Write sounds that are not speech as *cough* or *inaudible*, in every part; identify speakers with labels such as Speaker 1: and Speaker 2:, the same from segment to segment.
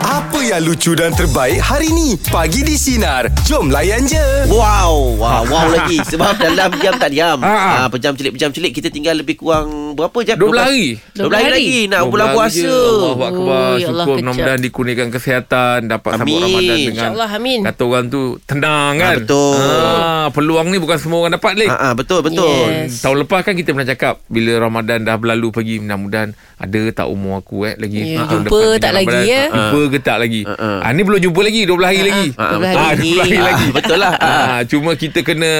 Speaker 1: Apa yang lucu dan terbaik hari ni? Pagi di Sinar. Jom layan je.
Speaker 2: Wow, wow,
Speaker 3: *laughs*
Speaker 2: wow lagi sebab dalam jam tak diam.
Speaker 3: Ha, ha.
Speaker 2: Ha, pejam celik pejam celik kita tinggal lebih kurang berapa jam?
Speaker 3: 12 hari.
Speaker 2: 12 hari lagi nak bulan puasa.
Speaker 3: Allah Akbar
Speaker 4: Ui, Allah
Speaker 3: Syukur
Speaker 4: kejap.
Speaker 3: mudah-mudahan dikurniakan kesihatan Dapat sambut
Speaker 2: Amin.
Speaker 3: Ramadan dengan
Speaker 4: InsyaAllah amin
Speaker 3: Kata orang tu Tenang kan
Speaker 2: Ah, betul.
Speaker 3: ah, Peluang ni bukan semua orang dapat Lek
Speaker 2: Ha, ha, betul betul.
Speaker 4: Yes.
Speaker 3: Tahun lepas kan kita pernah cakap Bila Ramadan dah berlalu pergi Mudah-mudahan Ada tak umur aku eh Lagi
Speaker 4: Ya,
Speaker 3: Tahun
Speaker 4: jumpa
Speaker 3: depan
Speaker 4: tak
Speaker 3: punya
Speaker 4: lagi,
Speaker 3: Ramadan,
Speaker 4: ya?
Speaker 3: Jumpa ke tak lagi
Speaker 2: Ah, ah.
Speaker 3: ah, Ni belum jumpa lagi 12 hari lagi
Speaker 2: Ha,
Speaker 4: Dua belas
Speaker 2: betul.
Speaker 3: Ah,
Speaker 4: hari
Speaker 3: dua hari
Speaker 2: Ah,
Speaker 3: lagi.
Speaker 2: betul lah. Ha.
Speaker 3: Ah, cuma kita kena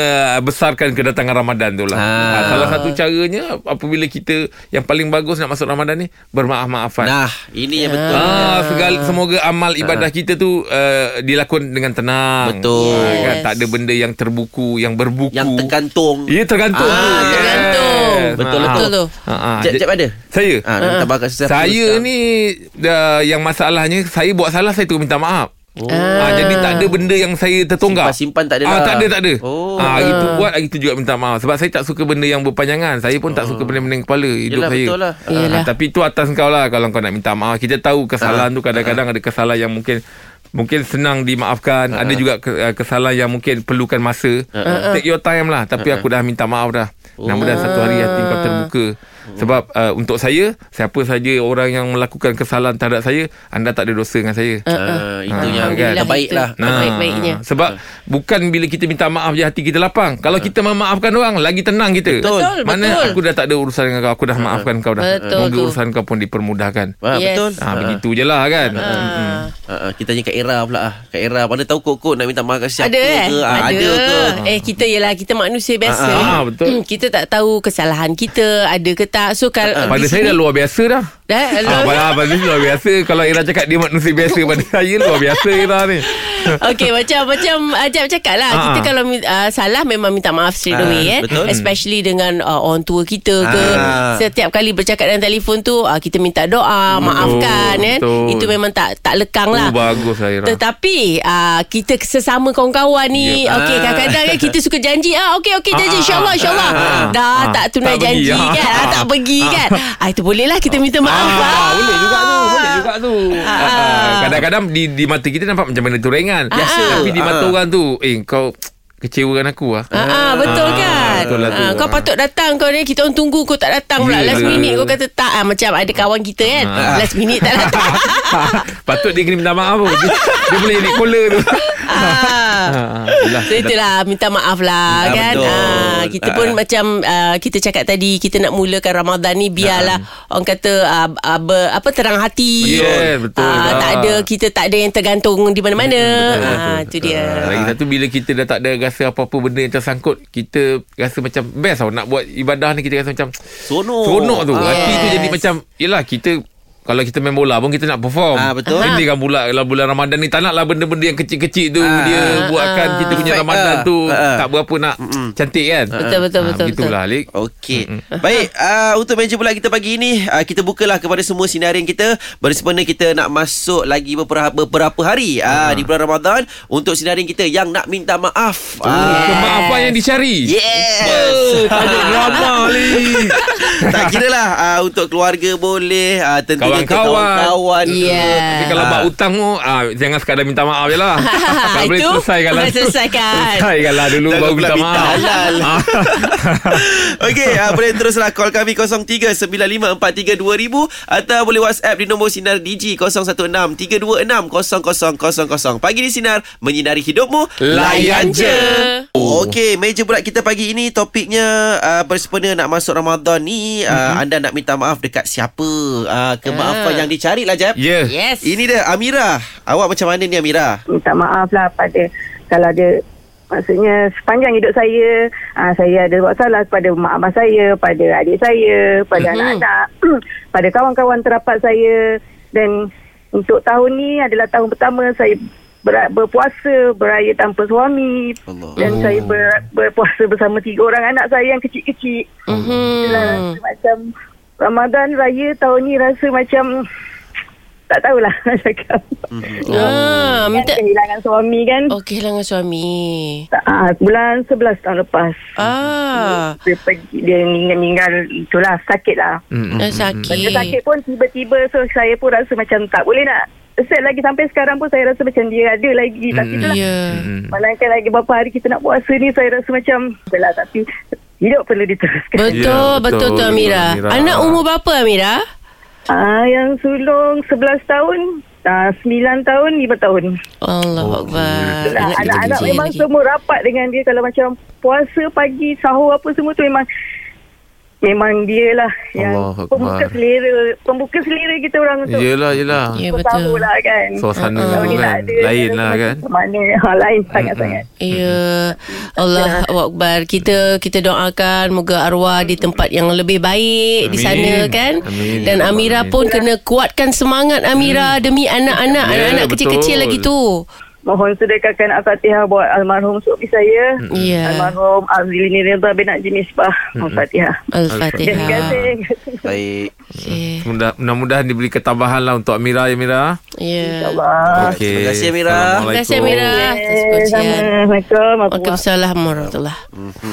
Speaker 3: besarkan kedatangan Ramadan tu lah.
Speaker 2: Ah.
Speaker 3: Ah, salah satu caranya apabila kita yang paling bagus nak masuk Ramadan ni bermaaf-maafan.
Speaker 2: Nah, ini yang betul.
Speaker 3: Ah, segala, semoga amal ibadah kita tu uh, dilakukan dengan tenang.
Speaker 2: Betul.
Speaker 3: Ah, kan?
Speaker 4: Yes.
Speaker 3: Tak ada benda yang terbuku, yang berbuku.
Speaker 2: Yang tergantung.
Speaker 3: Ya, tergantung.
Speaker 2: Ah,
Speaker 3: tu. Yes.
Speaker 4: tergantung.
Speaker 2: Betul,
Speaker 3: Ah.
Speaker 4: betul tu.
Speaker 3: Ah, ah.
Speaker 2: Jap jap ada.
Speaker 3: Saya?
Speaker 2: Ha,
Speaker 4: Ah.
Speaker 2: nak tambah kat sesiapa
Speaker 3: Saya
Speaker 2: sekarang.
Speaker 3: ni uh, yang masalahnya saya buat salah saya tu minta maaf. Oh. Ah, jadi tak ada benda yang saya tertonggak.
Speaker 2: Simpan-simpan tak ada
Speaker 3: Ah,
Speaker 2: lah.
Speaker 3: tak ada tak ada.
Speaker 2: Oh.
Speaker 3: Ah, hari tu buat hari tu juga minta maaf sebab saya tak suka benda yang berpanjangan. Saya pun tak suka benda pening kepala
Speaker 2: Oh. Yelah,
Speaker 3: hidup saya.
Speaker 2: betul lah.
Speaker 4: Yelah.
Speaker 3: tapi tu atas kau lah kalau kau nak minta maaf. Kita tahu kesalahan
Speaker 4: Ah,
Speaker 3: tu kadang-kadang ada kesalahan yang mungkin mungkin senang dimaafkan. Ada juga ke- ah, kesalahan yang mungkin perlukan masa.
Speaker 4: Ah,
Speaker 3: Take your time lah tapi aku dah minta maaf dah. Mudah-mudahan satu hari hati kau terbuka.
Speaker 4: Ah.
Speaker 3: Sebab uh, untuk saya siapa saja orang yang melakukan kesalahan terhadap saya anda tak ada dosa dengan saya.
Speaker 2: Ah, itu yang
Speaker 3: kan?
Speaker 2: terbaik lah.
Speaker 4: Baik-baiknya Ah.
Speaker 3: Sebab bukan bila kita minta maaf je hati kita lapang. Kalau kita memaafkan orang lagi tenang kita.
Speaker 2: Betul,
Speaker 4: Betul,
Speaker 3: Mana
Speaker 4: betul. Ah,
Speaker 3: aku dah tak ada urusan dengan kau, aku dah maafkan kau dah.
Speaker 4: Betul
Speaker 3: Moga
Speaker 4: tu.
Speaker 3: urusan kau pun dipermudahkan.
Speaker 2: Ha,
Speaker 4: Yes.
Speaker 2: betul.
Speaker 3: Ha, begitu je lah kan.
Speaker 4: Ah.
Speaker 2: Ha, ha, kita tanya Kak Era pula ah. Kak Era mana tahu kok-kok nak minta maaf kat siapa
Speaker 4: Ada eh?
Speaker 2: ke? Ha, ada ke?
Speaker 4: Eh kita ialah kita manusia biasa.
Speaker 3: Ah, ah, betul.
Speaker 4: Hmm, *clears throat* kita tak tahu kesalahan kita ada ke tak. So kalau
Speaker 3: Pada
Speaker 4: di
Speaker 3: saya dah
Speaker 4: sini-
Speaker 3: luar biasa dah.
Speaker 4: Dah Eh,
Speaker 3: Ah,
Speaker 4: luar-
Speaker 3: pada, pada saya luar biasa Kalau Ira cakap dia manusia biasa Pada saya luar biasa Ira ni
Speaker 4: *laughs* Okey macam macam Ajab cakap lah
Speaker 3: Ah.
Speaker 4: Kita kalau uh, salah Memang minta maaf straight
Speaker 2: Ah,
Speaker 4: away eh.
Speaker 2: betul.
Speaker 4: Especially dengan uh, orang tua kita ke
Speaker 2: Ah.
Speaker 4: Setiap kali bercakap dalam telefon tu uh, Kita minta doa Maafkan eh.
Speaker 3: betul.
Speaker 4: Itu memang tak tak lekang
Speaker 3: Oh
Speaker 4: lah
Speaker 3: bagus lah Ira
Speaker 4: Tetapi uh, kita sesama kawan-kawan
Speaker 2: Ya.
Speaker 4: ni yeah. okey
Speaker 2: Ah.
Speaker 4: kadang-kadang kan kita suka janji ah okey okey janji
Speaker 3: Ah,
Speaker 4: insyaallah
Speaker 3: ah,
Speaker 4: insyaallah
Speaker 3: ah, ah.
Speaker 4: dah
Speaker 3: Ah,
Speaker 4: tak tunai
Speaker 3: tak
Speaker 4: janji
Speaker 3: pergi.
Speaker 4: kan ah,
Speaker 3: Ah.
Speaker 4: tak pergi kan ah itu bolehlah kita minta maaf
Speaker 3: Ah, boleh juga tu, boleh juga tu.
Speaker 4: Ah.
Speaker 3: Ah, Kadang-kadang di di mata kita nampak macam benda tu ringan.
Speaker 4: Biasa.
Speaker 3: Tapi di mata
Speaker 2: Ah.
Speaker 3: orang tu, eh kau kecewakan aku ah.
Speaker 4: Ah, ah, betul
Speaker 3: Ah,
Speaker 4: kan
Speaker 3: betul lah tu.
Speaker 4: ah, Kau
Speaker 3: Ah.
Speaker 4: patut datang Kau ni kita orang tunggu Kau tak datang pula
Speaker 3: Yelah.
Speaker 4: Last minute kau kata tak ah, Macam ada kawan kita kan
Speaker 3: Ah.
Speaker 4: Last minute tak
Speaker 3: *laughs*
Speaker 4: datang
Speaker 3: *laughs* Patut dia kena minta maaf pun. Dia, dia boleh jadi caller tu.
Speaker 4: ah.
Speaker 3: Ah, yelah.
Speaker 4: So itulah minta maaf lah
Speaker 2: Ah,
Speaker 4: kan.
Speaker 2: betul.
Speaker 4: Ah, kita pun
Speaker 2: Ah.
Speaker 4: macam ah, kita cakap tadi kita nak mulakan Ramadan ni biarlah orang kata ah, ah, ber, apa terang hati.
Speaker 3: Yes, betul.
Speaker 4: Ah, tak
Speaker 3: Ah.
Speaker 4: ada kita tak ada yang tergantung di mana-mana.
Speaker 3: Betul,
Speaker 4: Ah
Speaker 3: betul.
Speaker 4: tu dia.
Speaker 3: Ah, Lagi satu bila kita dah tak ada rasa apa-apa benda yang tersangkut, kita rasa macam best tau nak buat ibadah ni kita rasa macam
Speaker 2: Seronok.
Speaker 3: seronok tu.
Speaker 2: Ah.
Speaker 3: Hati tu
Speaker 4: Yes.
Speaker 3: jadi macam yelah kita kalau kita main bola pun kita nak perform.
Speaker 2: Ah, betul.
Speaker 3: Ini kan pula kalau bulan Ramadan ni tak naklah benda-benda yang kecil-kecil tu
Speaker 2: Ah.
Speaker 3: dia buatkan kita punya
Speaker 2: Perfect
Speaker 3: Ramadan
Speaker 2: lah.
Speaker 3: tu
Speaker 2: Ah.
Speaker 3: tak berapa nak cantik kan.
Speaker 4: Betul, betul,
Speaker 3: Ah,
Speaker 4: betul,
Speaker 3: Begitulah Alik.
Speaker 2: Okey. *laughs* Baik, uh, untuk meja pula kita pagi ini, uh, kita bukalah kepada semua sinarin kita. Bersempena kita nak masuk lagi beberapa, beberapa hari uh, di bulan Ramadan untuk sinarin kita yang nak minta maaf.
Speaker 3: Oh,
Speaker 2: Ah.
Speaker 3: Kemaafan yang dicari.
Speaker 2: Yes.
Speaker 3: Ada drama Alik.
Speaker 2: *laughs* tak kira lah uh, untuk keluarga boleh, uh, tentunya ke
Speaker 3: Kawan-kawan.
Speaker 2: kawan-kawan. ke.
Speaker 4: Yeah.
Speaker 3: Tapi kalau
Speaker 2: Ah.
Speaker 3: buat utang tu ah, Jangan sekadar minta maaf je
Speaker 4: *laughs*
Speaker 3: lah Tak boleh
Speaker 4: Itu
Speaker 3: selesaikan lah
Speaker 4: boleh
Speaker 3: tu.
Speaker 4: selesaikan.
Speaker 3: Selesaikan lah dulu
Speaker 2: Jangan
Speaker 3: Baru
Speaker 2: pula
Speaker 3: minta
Speaker 2: minta
Speaker 3: maaf
Speaker 2: halal. *laughs*
Speaker 3: Ah.
Speaker 2: Okey, uh, boleh teruslah call kami 0395432000 atau boleh WhatsApp di nombor sinar DG 0163260000. Pagi di sinar menyinari hidupmu.
Speaker 3: Layan je.
Speaker 2: Oh. Okey, meja bulat kita pagi ini topiknya uh, bersempena nak masuk Ramadan ni uh, mm-hmm. anda nak minta maaf dekat siapa? Uh, kemaafan
Speaker 4: Ah.
Speaker 2: yang dicari lah Jeb.
Speaker 3: Ya
Speaker 4: Yes.
Speaker 2: Ini dia Amira. Awak macam mana ni Amira?
Speaker 5: minta maaf lah pada kalau ada maksudnya sepanjang hidup saya aa, saya ada buat salah kepada mak abang saya pada adik saya pada
Speaker 4: Mhm.
Speaker 5: anak-anak *clears throat* pada kawan-kawan terapat saya dan untuk tahun ni adalah tahun pertama saya ber, berpuasa beraya tanpa suami
Speaker 2: Allah.
Speaker 5: dan
Speaker 3: Oh.
Speaker 5: saya ber, berpuasa bersama tiga orang anak saya yang kecil-kecil
Speaker 4: Mhm.
Speaker 5: Rasa macam Ramadan Raya tahun ni rasa macam tak tahulah *laughs* nak cakap
Speaker 3: Oh.
Speaker 4: Ah,
Speaker 5: kan
Speaker 4: minta
Speaker 5: kehilangan suami kan
Speaker 4: okey lah dengan suami.
Speaker 5: Ah, bulan 11 tahun lepas.
Speaker 4: Ah,
Speaker 5: Dia pergi dia meninggal, meninggal itulah sakit lah.
Speaker 3: Mm, mm,
Speaker 4: dah
Speaker 3: mm, mm.
Speaker 4: sakit.
Speaker 5: Dia sakit pun tiba-tiba so saya pun rasa macam tak boleh nak set lagi sampai sekarang pun saya rasa macam dia ada lagi tapi
Speaker 3: Mm-mm.
Speaker 5: itulah
Speaker 4: Ya.
Speaker 3: Mm-hmm.
Speaker 5: Malangkan lagi berapa hari kita nak puasa ni Saya rasa macam Belah tapi Hidup perlu diteruskan
Speaker 4: Betul,
Speaker 3: Ya,
Speaker 4: betul,
Speaker 3: betul,
Speaker 4: tu Amira.
Speaker 3: Amira.
Speaker 4: Anak umur berapa Amira?
Speaker 5: ah, Yang sulung 11 tahun ah, 9 tahun 5 tahun
Speaker 3: Oh,
Speaker 4: Allah Akbar.
Speaker 5: Ah,
Speaker 4: kita
Speaker 5: Anak-anak
Speaker 4: kecil
Speaker 5: memang
Speaker 4: lagi.
Speaker 5: semua rapat dengan dia Kalau macam puasa pagi Sahur apa semua tu memang Memang dia lah Yang
Speaker 3: Allah Akbar.
Speaker 5: pembuka selera Pembuka selera kita orang untuk yeah.
Speaker 3: Yelah yelah
Speaker 4: Ya,
Speaker 5: Tahu
Speaker 4: betul.
Speaker 5: lah kan
Speaker 3: Suasana
Speaker 5: Kalau
Speaker 3: tu
Speaker 5: ni tak
Speaker 3: kan
Speaker 5: ada,
Speaker 3: Lain
Speaker 5: rasa
Speaker 3: lah
Speaker 5: macam
Speaker 3: kan
Speaker 5: macam Mana *laughs* ha, Lain sangat-sangat
Speaker 4: Ya
Speaker 5: Mm-hmm.
Speaker 4: Allah Akbar Kita kita doakan Moga arwah di tempat yang lebih baik Di
Speaker 3: Amin.
Speaker 4: sana kan
Speaker 3: Amin.
Speaker 4: Dan Amira
Speaker 3: Amin. Hmm.
Speaker 4: pun kena kuatkan semangat Amira Demi anak-anak
Speaker 3: Ya,
Speaker 4: Anak-anak
Speaker 3: betul. Hmm.
Speaker 4: kecil-kecil lagi tu
Speaker 5: Mohon sedekahkan Al-Fatihah buat almarhum suami saya.
Speaker 4: Ya.
Speaker 5: Almarhum Azlini Reza bin Haji Misbah. Al-Fatihah. Terima
Speaker 4: Al-Fatihah
Speaker 5: kasih. Terima kasih.
Speaker 2: Baik.
Speaker 4: Okey.
Speaker 3: Mudah- Mudah-mudahan diberi ketabahan lah Untuk Amira ya Amira
Speaker 4: Ya
Speaker 5: Allah.
Speaker 3: Okey.
Speaker 2: Terima kasih, Amira.
Speaker 4: Terima kasih Amira Atas
Speaker 5: Eh,
Speaker 4: perkongsian
Speaker 5: sama. Assalamualaikum. warahmatullahi
Speaker 4: Waalaikumsalam warahmatullahi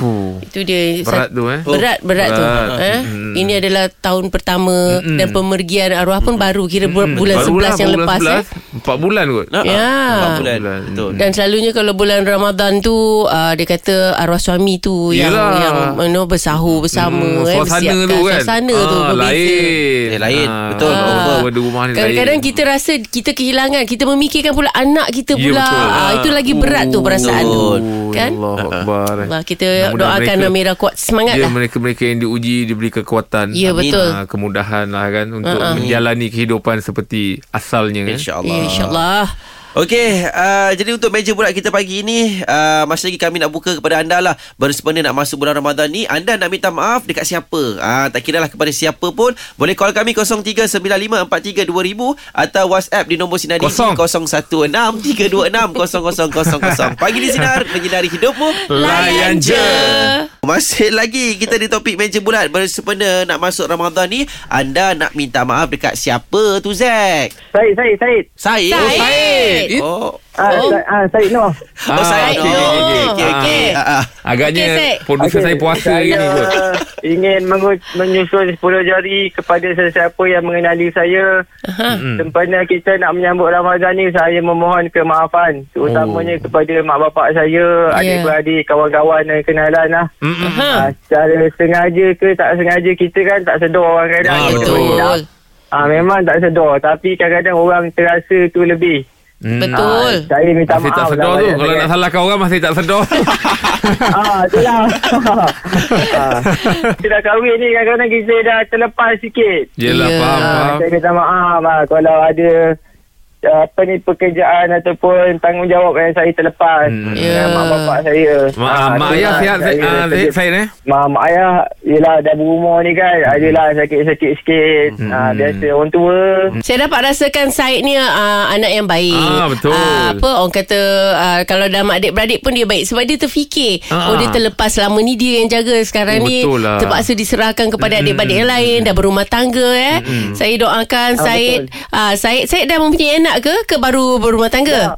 Speaker 3: Fuh.
Speaker 4: Itu dia
Speaker 3: Berat tu, eh?
Speaker 4: Berat berat, tu.
Speaker 3: Berat. Hmm.
Speaker 4: Eh? Ini adalah tahun pertama dan pemergian arwah pun
Speaker 3: Hmm.
Speaker 4: baru kira bu- bulan
Speaker 3: Barulah
Speaker 4: 11 yang
Speaker 3: lah, bulan
Speaker 4: lepas eh.
Speaker 3: 11, Empat bulan kot
Speaker 2: Nak
Speaker 4: Ya.
Speaker 2: Empat bulan.
Speaker 3: Bulan.
Speaker 2: Betul.
Speaker 4: Dan selalunya kalau bulan Ramadan tu uh, dia kata arwah suami tu
Speaker 3: Yelah.
Speaker 4: yang yang you know, bersahur bersama
Speaker 3: Hmm,
Speaker 4: eh
Speaker 3: Suasana
Speaker 4: bersiapkan
Speaker 3: tu kan
Speaker 4: suasana tu
Speaker 3: Ah,
Speaker 4: berbeza.
Speaker 3: Lain
Speaker 2: Eh, lain. Betul.
Speaker 3: Ah,
Speaker 2: Betul.
Speaker 3: Benda rumah ni lain
Speaker 4: Kadang-kadang kita rasa kita kehilangan, kita memikirkan pula anak kita
Speaker 3: Ya,
Speaker 4: pula.
Speaker 3: betul. Oh,
Speaker 4: Ah, itu lagi berat tu perasaan tu. Kan?
Speaker 3: Allah Akbar eh.
Speaker 4: Allah kita doakan Amira kuat semangat
Speaker 3: Ya
Speaker 4: lah.
Speaker 3: mereka-mereka yang diuji Diberi kekuatan
Speaker 4: Ya, betul.
Speaker 3: Ah, Kemudahan lah kan Untuk menjalani kehidupan Seperti asalnya kan
Speaker 2: InsyaAllah.
Speaker 4: Ya, InsyaAllah.
Speaker 2: Okey, uh, jadi untuk meja bulat kita pagi ini, uh, masih lagi kami nak buka kepada anda lah. Bersempena nak masuk bulan Ramadan ni, anda nak minta maaf dekat siapa? Ah, tak kira lah kepada siapa pun. Boleh call kami 0395432000 atau WhatsApp di nombor Sinar Digi
Speaker 3: Kosong.
Speaker 2: 0163260000. Pagi di
Speaker 3: *laughs*
Speaker 2: Sinar, menyinari hidupmu.
Speaker 3: Layan je.
Speaker 2: Masih lagi kita di topik meja bulat bersempena nak masuk Ramadan ni, anda nak minta maaf dekat siapa tu Zack?
Speaker 5: wabarakatuh. Said, Said, Said.
Speaker 2: Said.
Speaker 4: Oh, Said.
Speaker 2: Oh.
Speaker 5: Ah,
Speaker 4: Oh.
Speaker 5: Sa- ah, Said Noh.
Speaker 2: Oh,
Speaker 3: Ah,
Speaker 2: saya Oh,
Speaker 3: okey, okey,
Speaker 2: okey, okey.
Speaker 4: okey.
Speaker 2: Ah, ah.
Speaker 3: Agaknya
Speaker 4: Okey, Syed.
Speaker 3: Produser
Speaker 5: Okey,
Speaker 3: saya puasa hari ni kot
Speaker 5: ingin mengu- menyusun 10 jari kepada sesiapa yang mengenali saya. Sempena kita nak menyambut Ramadan ni, saya memohon kemaafan. Terutamanya oh. kepada mak bapak saya,
Speaker 4: Ya.
Speaker 5: yeah. adik-beradik, kawan-kawan dan kenalan lah.
Speaker 4: Aha.
Speaker 5: Ha, secara sengaja ke tak sengaja kita kan tak sedar orang kadang.
Speaker 3: Ah,
Speaker 5: Kita
Speaker 3: betul.
Speaker 5: bertindak. Ah, memang tak sedar tapi kadang-kadang orang terasa tu lebih.
Speaker 3: Hmm.
Speaker 4: Betul.
Speaker 5: Ah, saya minta
Speaker 3: Masih
Speaker 5: maaf
Speaker 3: tak sedar tu
Speaker 5: banyak
Speaker 3: Kalau nak
Speaker 5: sangat.
Speaker 3: salahkan orang Masih tak
Speaker 4: *laughs*
Speaker 3: sedar
Speaker 5: Ah, itulah.
Speaker 3: *laughs*
Speaker 5: ah. Kita dah kahwin ni kadang-kadang kita dah terlepas sikit.
Speaker 3: Yelah
Speaker 4: Ya.
Speaker 3: faham,
Speaker 5: Ah,
Speaker 3: faham.
Speaker 5: saya minta maaf ah, kalau ada ah, apa ni pekerjaan ataupun tanggungjawab yang saya terlepas
Speaker 3: Hmm.
Speaker 5: dengan
Speaker 4: Ya.
Speaker 5: mak bapak saya.
Speaker 3: Mak, ah, mak
Speaker 5: itulah
Speaker 3: ayah sihat
Speaker 5: saya
Speaker 3: ah, Zaid
Speaker 5: sedih.
Speaker 3: Syed eh
Speaker 5: Mak, mak ayah Yelah dah berumur ni kan Adalah sakit-sakit sikit
Speaker 3: Hmm.
Speaker 5: ha, Biasa orang tua
Speaker 4: Saya dapat rasakan Syed ni uh, anak yang baik.
Speaker 3: Ah, betul.
Speaker 4: Ah, apa orang kata uh, kalau dah mak adik-beradik pun dia baik sebab dia terfikir.
Speaker 3: Ah.
Speaker 4: Oh dia terlepas selama ni dia yang jaga
Speaker 3: Oh,
Speaker 4: sekarang ni
Speaker 3: betul lah.
Speaker 4: terpaksa diserahkan kepada adik-beradik yang lain dah berumah tangga eh. Saya doakan
Speaker 5: Ah,
Speaker 4: Syed ah Syed Syed dah mempunyai anak ke ke baru berumah tangga?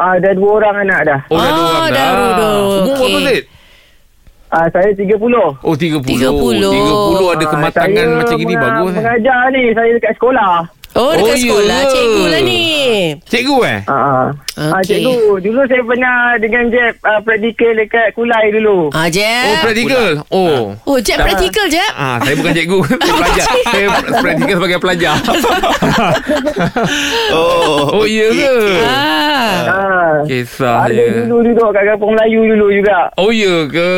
Speaker 5: ah, Dah dua orang anak dah
Speaker 3: Oh, dah dua
Speaker 4: Oh,
Speaker 3: orang
Speaker 4: dah dua, dua.
Speaker 3: Umur
Speaker 4: Okey.
Speaker 3: berapa Zaid?
Speaker 5: ah, Saya 30
Speaker 3: Oh 30
Speaker 4: 30.
Speaker 3: 30 ada kematangan
Speaker 5: saya
Speaker 3: macam gini
Speaker 5: menga-
Speaker 3: Bagus eh
Speaker 5: Mengajar ni Saya dekat sekolah
Speaker 4: Oh dekat
Speaker 3: Oh,
Speaker 4: oh,
Speaker 3: ya.
Speaker 4: sekolah cikgu lah ni.
Speaker 3: Cikgu eh
Speaker 5: ah, ah. ah,
Speaker 4: Okey.
Speaker 5: Cikgu Dulu saya pernah Dengan Jeb ah, Practical dekat Kulai dulu
Speaker 4: Ah Jeb.
Speaker 3: Oh practical Oh
Speaker 4: Oh Jeb praktikal Jeb.
Speaker 3: Ah, saya bukan
Speaker 4: *laughs*
Speaker 3: cikgu Saya pelajar Saya practical sebagai pelajar
Speaker 2: Oh.
Speaker 3: Oh iya ke
Speaker 4: Ah.
Speaker 5: ah.
Speaker 3: Kisah
Speaker 5: Ada
Speaker 3: ya
Speaker 5: dulu duduk kat kampung Melayu dulu juga
Speaker 3: Oh iya ke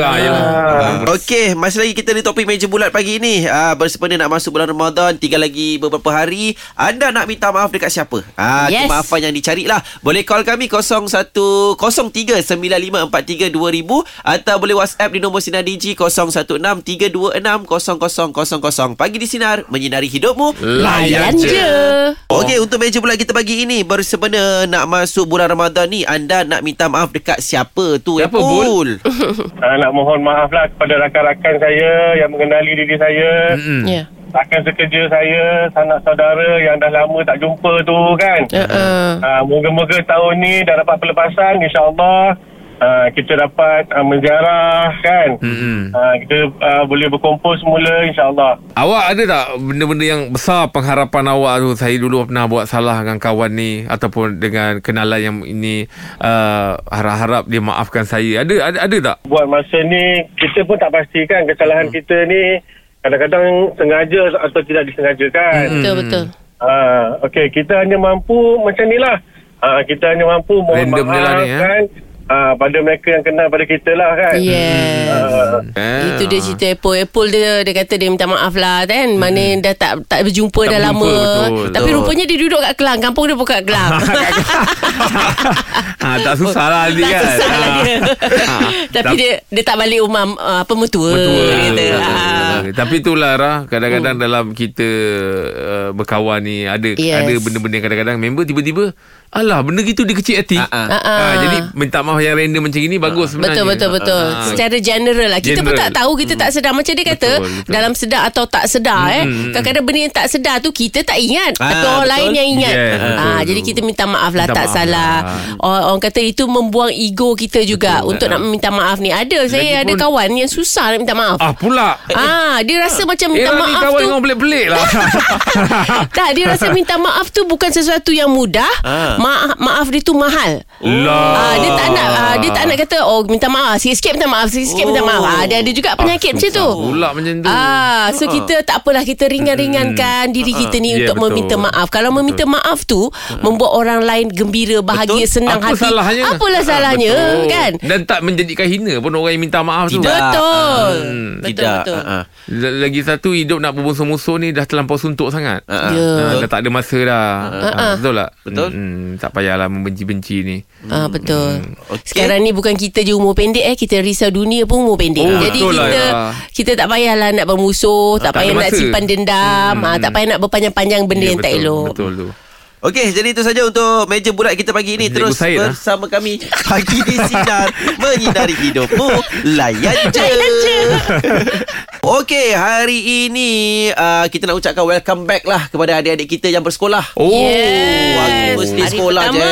Speaker 3: Ah yalah
Speaker 2: Okey, masih lagi kita di topik meja bulat pagi ini. Ah bersempena nak masuk bulan Ramadan, tinggal lagi beberapa hari. Anda nak minta maaf dekat siapa? Ah
Speaker 4: Yes.
Speaker 2: kemaafan yang dicari lah. Boleh call kami 010395432000 atau boleh WhatsApp di nombor Sinar Digi 0163260000. Pagi di Sinar, menyinari hidupmu.
Speaker 4: Layan je.
Speaker 2: Okey untuk meja bulat kita pagi ini bersempena nak masuk bulan Ramadan ni anda nak minta maaf dekat siapa tu
Speaker 3: Siapa,
Speaker 2: Epul?
Speaker 6: uh, nak mohon maaf lah kepada rakan-rakan saya yang mengenali diri saya,
Speaker 3: Mm-mm.
Speaker 4: Ya.
Speaker 6: rakan sekerja saya, sanak saudara yang dah lama tak jumpa tu kan. Ah,
Speaker 4: Uh, uh.
Speaker 6: Uh, moga-moga tahun ni dah dapat pelepasan insyaAllah. uh, kita dapat uh, menziarah kan. Hmm. Uh, kita uh, boleh berkumpul semula insyaAllah.
Speaker 3: Awak ada tak benda-benda yang besar pengharapan awak tu? Saya dulu pernah buat salah dengan kawan ni ataupun dengan kenalan yang ini uh, harap-harap dia maafkan saya. Ada ada, ada tak?
Speaker 6: Buat masa ni kita pun tak pastikan kesalahan hmm. kita ni kadang-kadang sengaja atau tidak disengajakan. Hmm.
Speaker 4: Betul betul.
Speaker 6: Ah, okey, kita hanya mampu macam ni lah. Ah, kita hanya mampu mohon
Speaker 3: Random ni lah
Speaker 6: maaf lah
Speaker 3: ni, eh.
Speaker 6: kan. Ah, pada mereka yang kenal pada kita lah kan.
Speaker 4: Yes.
Speaker 6: Ah,
Speaker 3: Eh.
Speaker 4: Itu dia
Speaker 3: *laughs*
Speaker 4: cerita Apple Apple dia Dia kata dia minta maaf lah kan Mana dah tak tak berjumpa
Speaker 3: Hmm. Tak
Speaker 4: dah
Speaker 3: berjumpa,
Speaker 4: lama
Speaker 3: betul.
Speaker 4: Tapi
Speaker 3: Betul.
Speaker 4: rupanya dia duduk kat Kelang Kampung dia bukan kat
Speaker 3: *laughs*
Speaker 4: Kelang
Speaker 3: ha, tak susah lah Aldi
Speaker 4: Tak
Speaker 3: kan.
Speaker 4: susah lah
Speaker 3: Ah.
Speaker 4: dia
Speaker 3: Ah.
Speaker 4: *laughs* Tapi
Speaker 3: Tap-
Speaker 4: dia dia tak balik rumah ah, Apa mertua
Speaker 3: Betul.
Speaker 4: dia kata.
Speaker 3: Betul.
Speaker 4: Ah. Hmm.
Speaker 3: Betul. Tapi itulah Rah Kadang-kadang dalam kita uh, Berkawan ni Ada
Speaker 4: Yes.
Speaker 3: ada benda-benda yang kadang-kadang Member tiba-tiba Alah benda gitu dia kecil hati
Speaker 2: Ah, ah.
Speaker 4: Ah, ah.
Speaker 3: Ah, Jadi minta maaf yang random macam ini Bagus sebenarnya
Speaker 4: Betul betul betul.
Speaker 3: Ah, ah.
Speaker 4: Secara general lah. Kita
Speaker 3: General.
Speaker 4: pun
Speaker 3: Hmm.
Speaker 4: tak tahu kita tak sedar macam dia kata
Speaker 3: Betul, Hmm, betul.
Speaker 4: dalam sedar atau tak sedar eh. Kadang-kadang benda yang tak sedar tu kita tak ingat
Speaker 2: Ah,
Speaker 4: tapi orang
Speaker 2: betul.
Speaker 4: lain yang ingat.
Speaker 3: Yes,
Speaker 4: Ah
Speaker 3: betul.
Speaker 4: jadi kita minta maaf lah
Speaker 3: Minta
Speaker 4: tak
Speaker 3: maaf
Speaker 4: salah.
Speaker 3: lah.
Speaker 4: Orang, orang kata itu membuang ego kita juga untuk nak minta maaf ni. Ada saya ada
Speaker 3: Lagipun-
Speaker 4: kawan yang susah nak minta maaf.
Speaker 3: Ah pula
Speaker 4: Ah, dia rasa macam
Speaker 3: Eh
Speaker 4: minta
Speaker 3: Rah ni
Speaker 4: maaf
Speaker 3: kawan
Speaker 4: tu
Speaker 3: kau pelik-pelik lah
Speaker 4: *laughs* tak dia rasa minta maaf tu bukan sesuatu yang mudah.
Speaker 2: Ah.
Speaker 4: Maaf maaf dia tu mahal.
Speaker 3: Lah.
Speaker 4: Ah, dia tak nak ah, dia tak nak kata oh minta maaf sikit-sikit minta maaf sikit-sikit minta maaf. Ah, dia ada juga penyakit macam tu.
Speaker 3: Pula macam tu
Speaker 4: Ah, so kita tak apalah kita ringan-ringankan diri kita ni
Speaker 3: Ya,
Speaker 4: untuk
Speaker 3: betul. Hmm.
Speaker 4: meminta maaf. Kalau meminta maaf tu membuat orang lain gembira, bahagia,
Speaker 2: Betul.
Speaker 4: senang
Speaker 3: Apa
Speaker 4: hati.
Speaker 3: salahnya Ah,
Speaker 4: Apalah salahnya
Speaker 3: betul. Ah,
Speaker 4: kan?
Speaker 3: Dan tak menjadikan hina pun Orang yang minta maaf tu
Speaker 2: Tidak.
Speaker 4: Betul.
Speaker 3: hmm.
Speaker 4: Betul
Speaker 2: Tidak.
Speaker 4: betul.
Speaker 2: Ah, ah.
Speaker 3: L- Lagi satu Hidup nak bermusuh-musuh ni Dah terlampau suntuk sangat
Speaker 2: Ah, ah.
Speaker 4: Ya.
Speaker 3: Ha, dah tak ada masa dah.
Speaker 4: Ah,
Speaker 3: Ha, betul tak?
Speaker 2: Betul.
Speaker 3: Hmm, tak payahlah membenci-benci ni.
Speaker 4: Ah betul.
Speaker 3: Hmm.
Speaker 2: Okey.
Speaker 4: Sekarang ni bukan kita je umur pendek eh, kita risau dunia pun umur pendek.
Speaker 3: Oh,
Speaker 4: Jadi
Speaker 3: betul lah,
Speaker 4: kita
Speaker 3: ya.
Speaker 4: kita tak payahlah nak bermusuh,
Speaker 3: tak
Speaker 4: tak,
Speaker 3: ada
Speaker 4: payah nak
Speaker 3: masa. Hmm,
Speaker 4: simpan dendam, ah, tak payah nak berpanjang-panjang benda
Speaker 3: Ya,
Speaker 4: yang tak
Speaker 3: betul,
Speaker 4: elok.
Speaker 3: Betul tu.
Speaker 2: Okey, jadi itu saja untuk meja bulat kita pagi ini.
Speaker 3: Cikgu
Speaker 2: Terus
Speaker 3: Syed, ah.
Speaker 2: bersama kami pagi di
Speaker 3: *laughs*
Speaker 2: sinar menyinari hidupmu. Layan je. *laughs* Okey, hari ini uh, kita nak ucapkan welcome back lah kepada adik-adik kita yang bersekolah.
Speaker 3: Oh.
Speaker 4: Yes.
Speaker 2: Waktu mesti
Speaker 4: Hari
Speaker 2: sekolah je.
Speaker 4: pertama.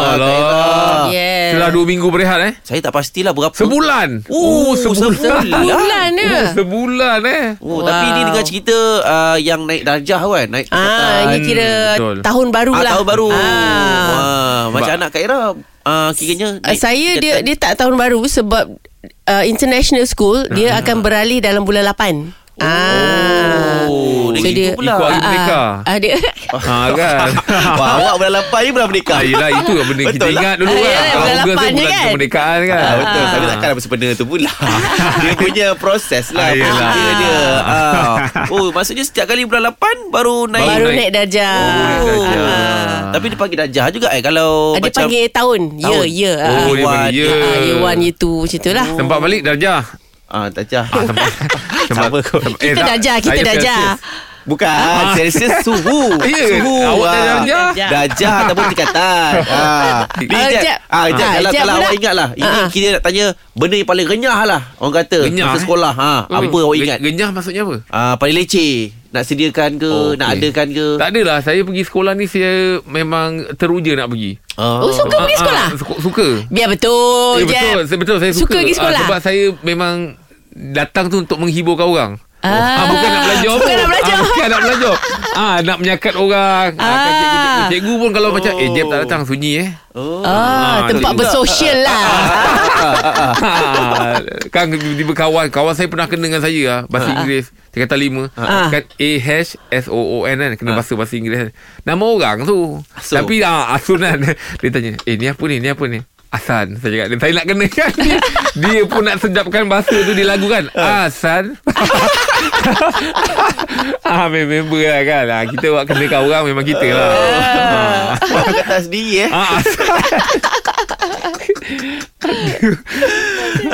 Speaker 2: Ah,
Speaker 3: Alah.
Speaker 2: Khairah.
Speaker 4: Yes.
Speaker 3: Setelah dua minggu berehat eh.
Speaker 2: Saya tak pastilah berapa.
Speaker 3: Sebulan.
Speaker 2: Oh, sebulan.
Speaker 4: Bulan ya.
Speaker 3: Oh, *laughs* sebulan eh.
Speaker 2: Oh,
Speaker 4: Wow.
Speaker 2: tapi ini dengan cerita uh, yang naik darjah kan, naik
Speaker 4: Ah,
Speaker 2: tingkatan.
Speaker 4: ini kira
Speaker 3: Betul.
Speaker 4: tahun baru
Speaker 2: Ah,
Speaker 4: lah.
Speaker 2: tahun baru.
Speaker 4: Ah.
Speaker 2: Wah, macam anak Kak Ira uh, kiranya
Speaker 4: Ah,
Speaker 2: naik
Speaker 4: Saya dia
Speaker 2: tingkatan.
Speaker 4: dia tak tahun baru sebab uh, international school
Speaker 3: Hmm,
Speaker 4: dia akan beralih dalam bulan 8. Oh, ah.
Speaker 2: Oh, dia gitu pula.
Speaker 3: Ikut hari
Speaker 4: Ah, ah.
Speaker 3: merdeka.
Speaker 4: Ah, dia
Speaker 3: Ha kan.
Speaker 2: *laughs* Wah, awak bulan lapan ni bulan merdeka.
Speaker 3: Ah, yelah itu yang benda kita
Speaker 2: Betul lah.
Speaker 3: ingat dulu
Speaker 4: Ah,
Speaker 3: kan.
Speaker 4: yelah, bulan
Speaker 3: Ogos tu
Speaker 4: lapan je
Speaker 3: bulan
Speaker 4: kan?
Speaker 3: kemerdekaan kan.
Speaker 2: Ah, betul. Tapi takkan apa sempena tu
Speaker 3: *laughs*
Speaker 2: pula. dia punya proses lah.
Speaker 3: Ah, yelah.
Speaker 2: Dia, dia.
Speaker 3: *laughs*
Speaker 2: Ah. Oh, maksudnya setiap kali bulan 8 baru naik.
Speaker 4: Baru
Speaker 3: naik.
Speaker 4: naik, darjah.
Speaker 3: Oh, naik darjah.
Speaker 4: Ah.
Speaker 2: Tapi dia panggil darjah juga eh kalau
Speaker 4: Ada
Speaker 2: macam
Speaker 4: Ah, panggil tahun. Ya,
Speaker 2: Tahun.
Speaker 4: ya.
Speaker 3: Oh, dia
Speaker 2: Year
Speaker 3: bagi
Speaker 2: one.
Speaker 3: ya. Oh.
Speaker 4: Ah, year one, year two macam tu lah.
Speaker 3: Tempat balik darjah.
Speaker 2: ah
Speaker 3: *laughs*
Speaker 2: darjah.
Speaker 3: Tempat, Eh,
Speaker 4: Kita darjah, kita darjah.
Speaker 2: Bukan *laughs* Celsius suhu
Speaker 3: Ah. *laughs* Ya,
Speaker 2: Suhu ah,
Speaker 3: awak dah darjah.
Speaker 2: Darjah ataupun
Speaker 4: *laughs*
Speaker 2: tingkatan ah. Ni
Speaker 4: Ah,
Speaker 2: Jeb
Speaker 4: Jeb.
Speaker 2: ah, Jeb
Speaker 4: Ah,
Speaker 2: Kalau,
Speaker 4: Jeb
Speaker 2: kalau
Speaker 4: pula.
Speaker 2: awak ingat lah Ini
Speaker 4: Ah.
Speaker 2: kita nak tanya Benda yang paling renyah lah Orang kata
Speaker 3: Renyah,
Speaker 2: Masa
Speaker 3: eh?
Speaker 2: sekolah ha. Apa
Speaker 4: Oh,
Speaker 2: awak ingat
Speaker 3: Renyah maksudnya apa?
Speaker 2: Ah, paling leceh Nak sediakan ke
Speaker 3: Oh,
Speaker 2: Nak
Speaker 3: okey.
Speaker 2: adakan ke
Speaker 3: Tak adalah Saya pergi sekolah ni Saya memang teruja nak pergi
Speaker 2: Ah.
Speaker 4: Oh, suka
Speaker 3: Ah,
Speaker 4: pergi
Speaker 3: ah,
Speaker 4: sekolah?
Speaker 3: Suka, suka.
Speaker 4: Biar
Speaker 3: Eh,
Speaker 4: betul, je.
Speaker 3: betul, saya, betul saya suka.
Speaker 4: Oh, Suka pergi sekolah?
Speaker 3: Ah, sebab saya memang datang tu untuk menghiburkan orang.
Speaker 4: Ah.
Speaker 3: ah bukan nak belajar
Speaker 4: Bukan nak belajar.
Speaker 3: Ah, bukan nak
Speaker 4: *laughs*
Speaker 3: belajar. Ah nak menyakat orang. Ah, kan
Speaker 4: Ah.
Speaker 3: cikgu, cikgu, cikgu pun kalau macam eh Jeb tak datang sunyi eh.
Speaker 2: Oh.
Speaker 4: Ah, tempat
Speaker 3: Ah,
Speaker 4: bersosial lah.
Speaker 3: Ah, *laughs* kan tiba-tiba kawan Kawan saya pernah kena dengan saya lah, Bahasa Inggeris Tingkatan lima
Speaker 4: Ah.
Speaker 3: Kan A-H-S-O-O-N kan Kena bahasa bahasa Inggeris kan. Nama orang tu
Speaker 2: Asun.
Speaker 3: Tapi ah, Asun kan *laughs* Dia tanya Eh ni apa ni Ni apa ni Asan Saya cakap dia, Saya nak kena kan *laughs* dia, dia pun nak sedapkan bahasa tu Dia lagu kan Asan *laughs* Ah member lah kan ah, Kita buat kena kat orang Memang kita lah ah.
Speaker 2: Wah, *laughs* kata sendiri eh
Speaker 3: Ah, Asan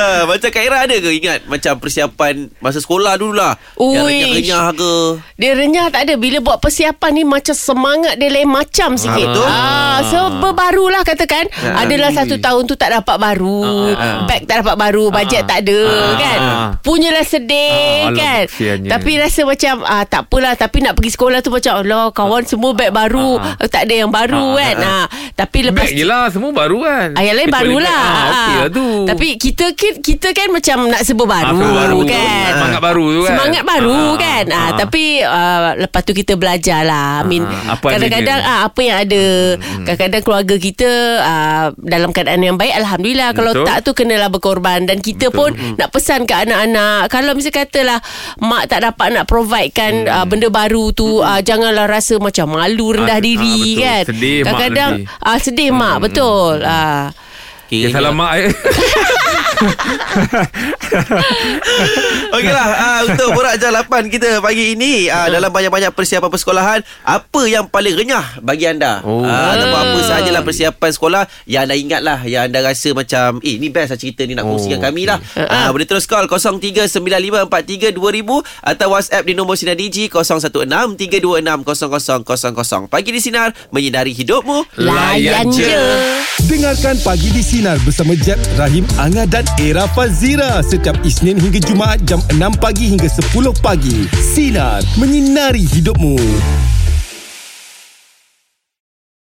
Speaker 2: ah, Macam Kak Ira ada ke ingat Macam persiapan Masa sekolah dulu lah Yang
Speaker 4: Ui.
Speaker 2: renyah-renyah ke
Speaker 4: Dia renyah tak ada Bila buat persiapan ni Macam semangat dia lain macam sikit
Speaker 2: betul.
Speaker 4: ah, So berbarulah katakan
Speaker 3: Ah,
Speaker 4: Adalah satu tahun tu tak dapat baru Bag tak dapat baru Bajet tak ada kan
Speaker 3: ah.
Speaker 4: Punyalah sedih
Speaker 3: Ah, alah,
Speaker 4: kan
Speaker 3: kesiannya.
Speaker 4: Tapi rasa macam ah,
Speaker 3: ah,
Speaker 4: Tak apalah Tapi nak pergi sekolah tu macam Allah kawan semua bag baru Tak ada yang baru kan ah. Tapi lepas
Speaker 3: Back je lah Semua baru kan
Speaker 4: Ah, yang lain
Speaker 3: Kecuali
Speaker 4: barulah.
Speaker 3: bag. ah, Okey lah tu
Speaker 4: Tapi kita kita, kita kan macam nak sebut
Speaker 3: Ah,
Speaker 4: baru,
Speaker 3: sebab baru
Speaker 4: kan.
Speaker 3: Semangat baru tu kan
Speaker 4: Semangat baru ah, kan. Ah,
Speaker 3: ah.
Speaker 4: tapi ah, lepas tu kita belajar lah. I mean
Speaker 3: Ah, apa Hmm,
Speaker 4: kadang-kadang
Speaker 3: adanya.
Speaker 4: ah, apa yang ada. Kadang-kadang keluarga kita ah, dalam keadaan yang baik alhamdulillah. Kalau
Speaker 3: Betul.
Speaker 4: tak tu kenalah berkorban dan kita
Speaker 3: Betul. Hmm.
Speaker 4: pun nak pesan ke anak-anak kalau misalnya katalah mak tak dapat nak providekan
Speaker 3: Hmm.
Speaker 4: ah, benda baru tu ah, janganlah rasa macam malu rendah
Speaker 3: Ah,
Speaker 4: diri
Speaker 3: betul.
Speaker 4: kan.
Speaker 3: Sedih mak
Speaker 4: kadang-kadang
Speaker 3: lebih. Hmm,
Speaker 4: ah, sedih mak betul. Ah.
Speaker 3: Ya salam mak eh
Speaker 4: *laughs*
Speaker 3: *laughs*
Speaker 2: Okeylah uh, Untuk Borak Jam 8 kita pagi ini uh,
Speaker 3: Hmm.
Speaker 2: Dalam banyak-banyak persiapan persekolahan Apa yang paling renyah bagi anda?
Speaker 3: Oh.
Speaker 2: Ah, Dalam apa sahajalah persiapan sekolah Yang anda ingat lah Yang anda rasa macam Eh ni best lah cerita ni nak
Speaker 3: Oh,
Speaker 2: kongsikan kami lah Ah, Boleh terus call 0395432000 Atau WhatsApp di nombor Sinar Digi 0163260000 Pagi di Sinar Menyinari hidupmu
Speaker 4: Layan je.
Speaker 1: Dengarkan Pagi di Sinar bersama Jeb, Rahim, Anga dan Era Fazira setiap Isnin hingga Jumaat jam 6 pagi hingga 10 pagi. Sinar, menyinari hidupmu.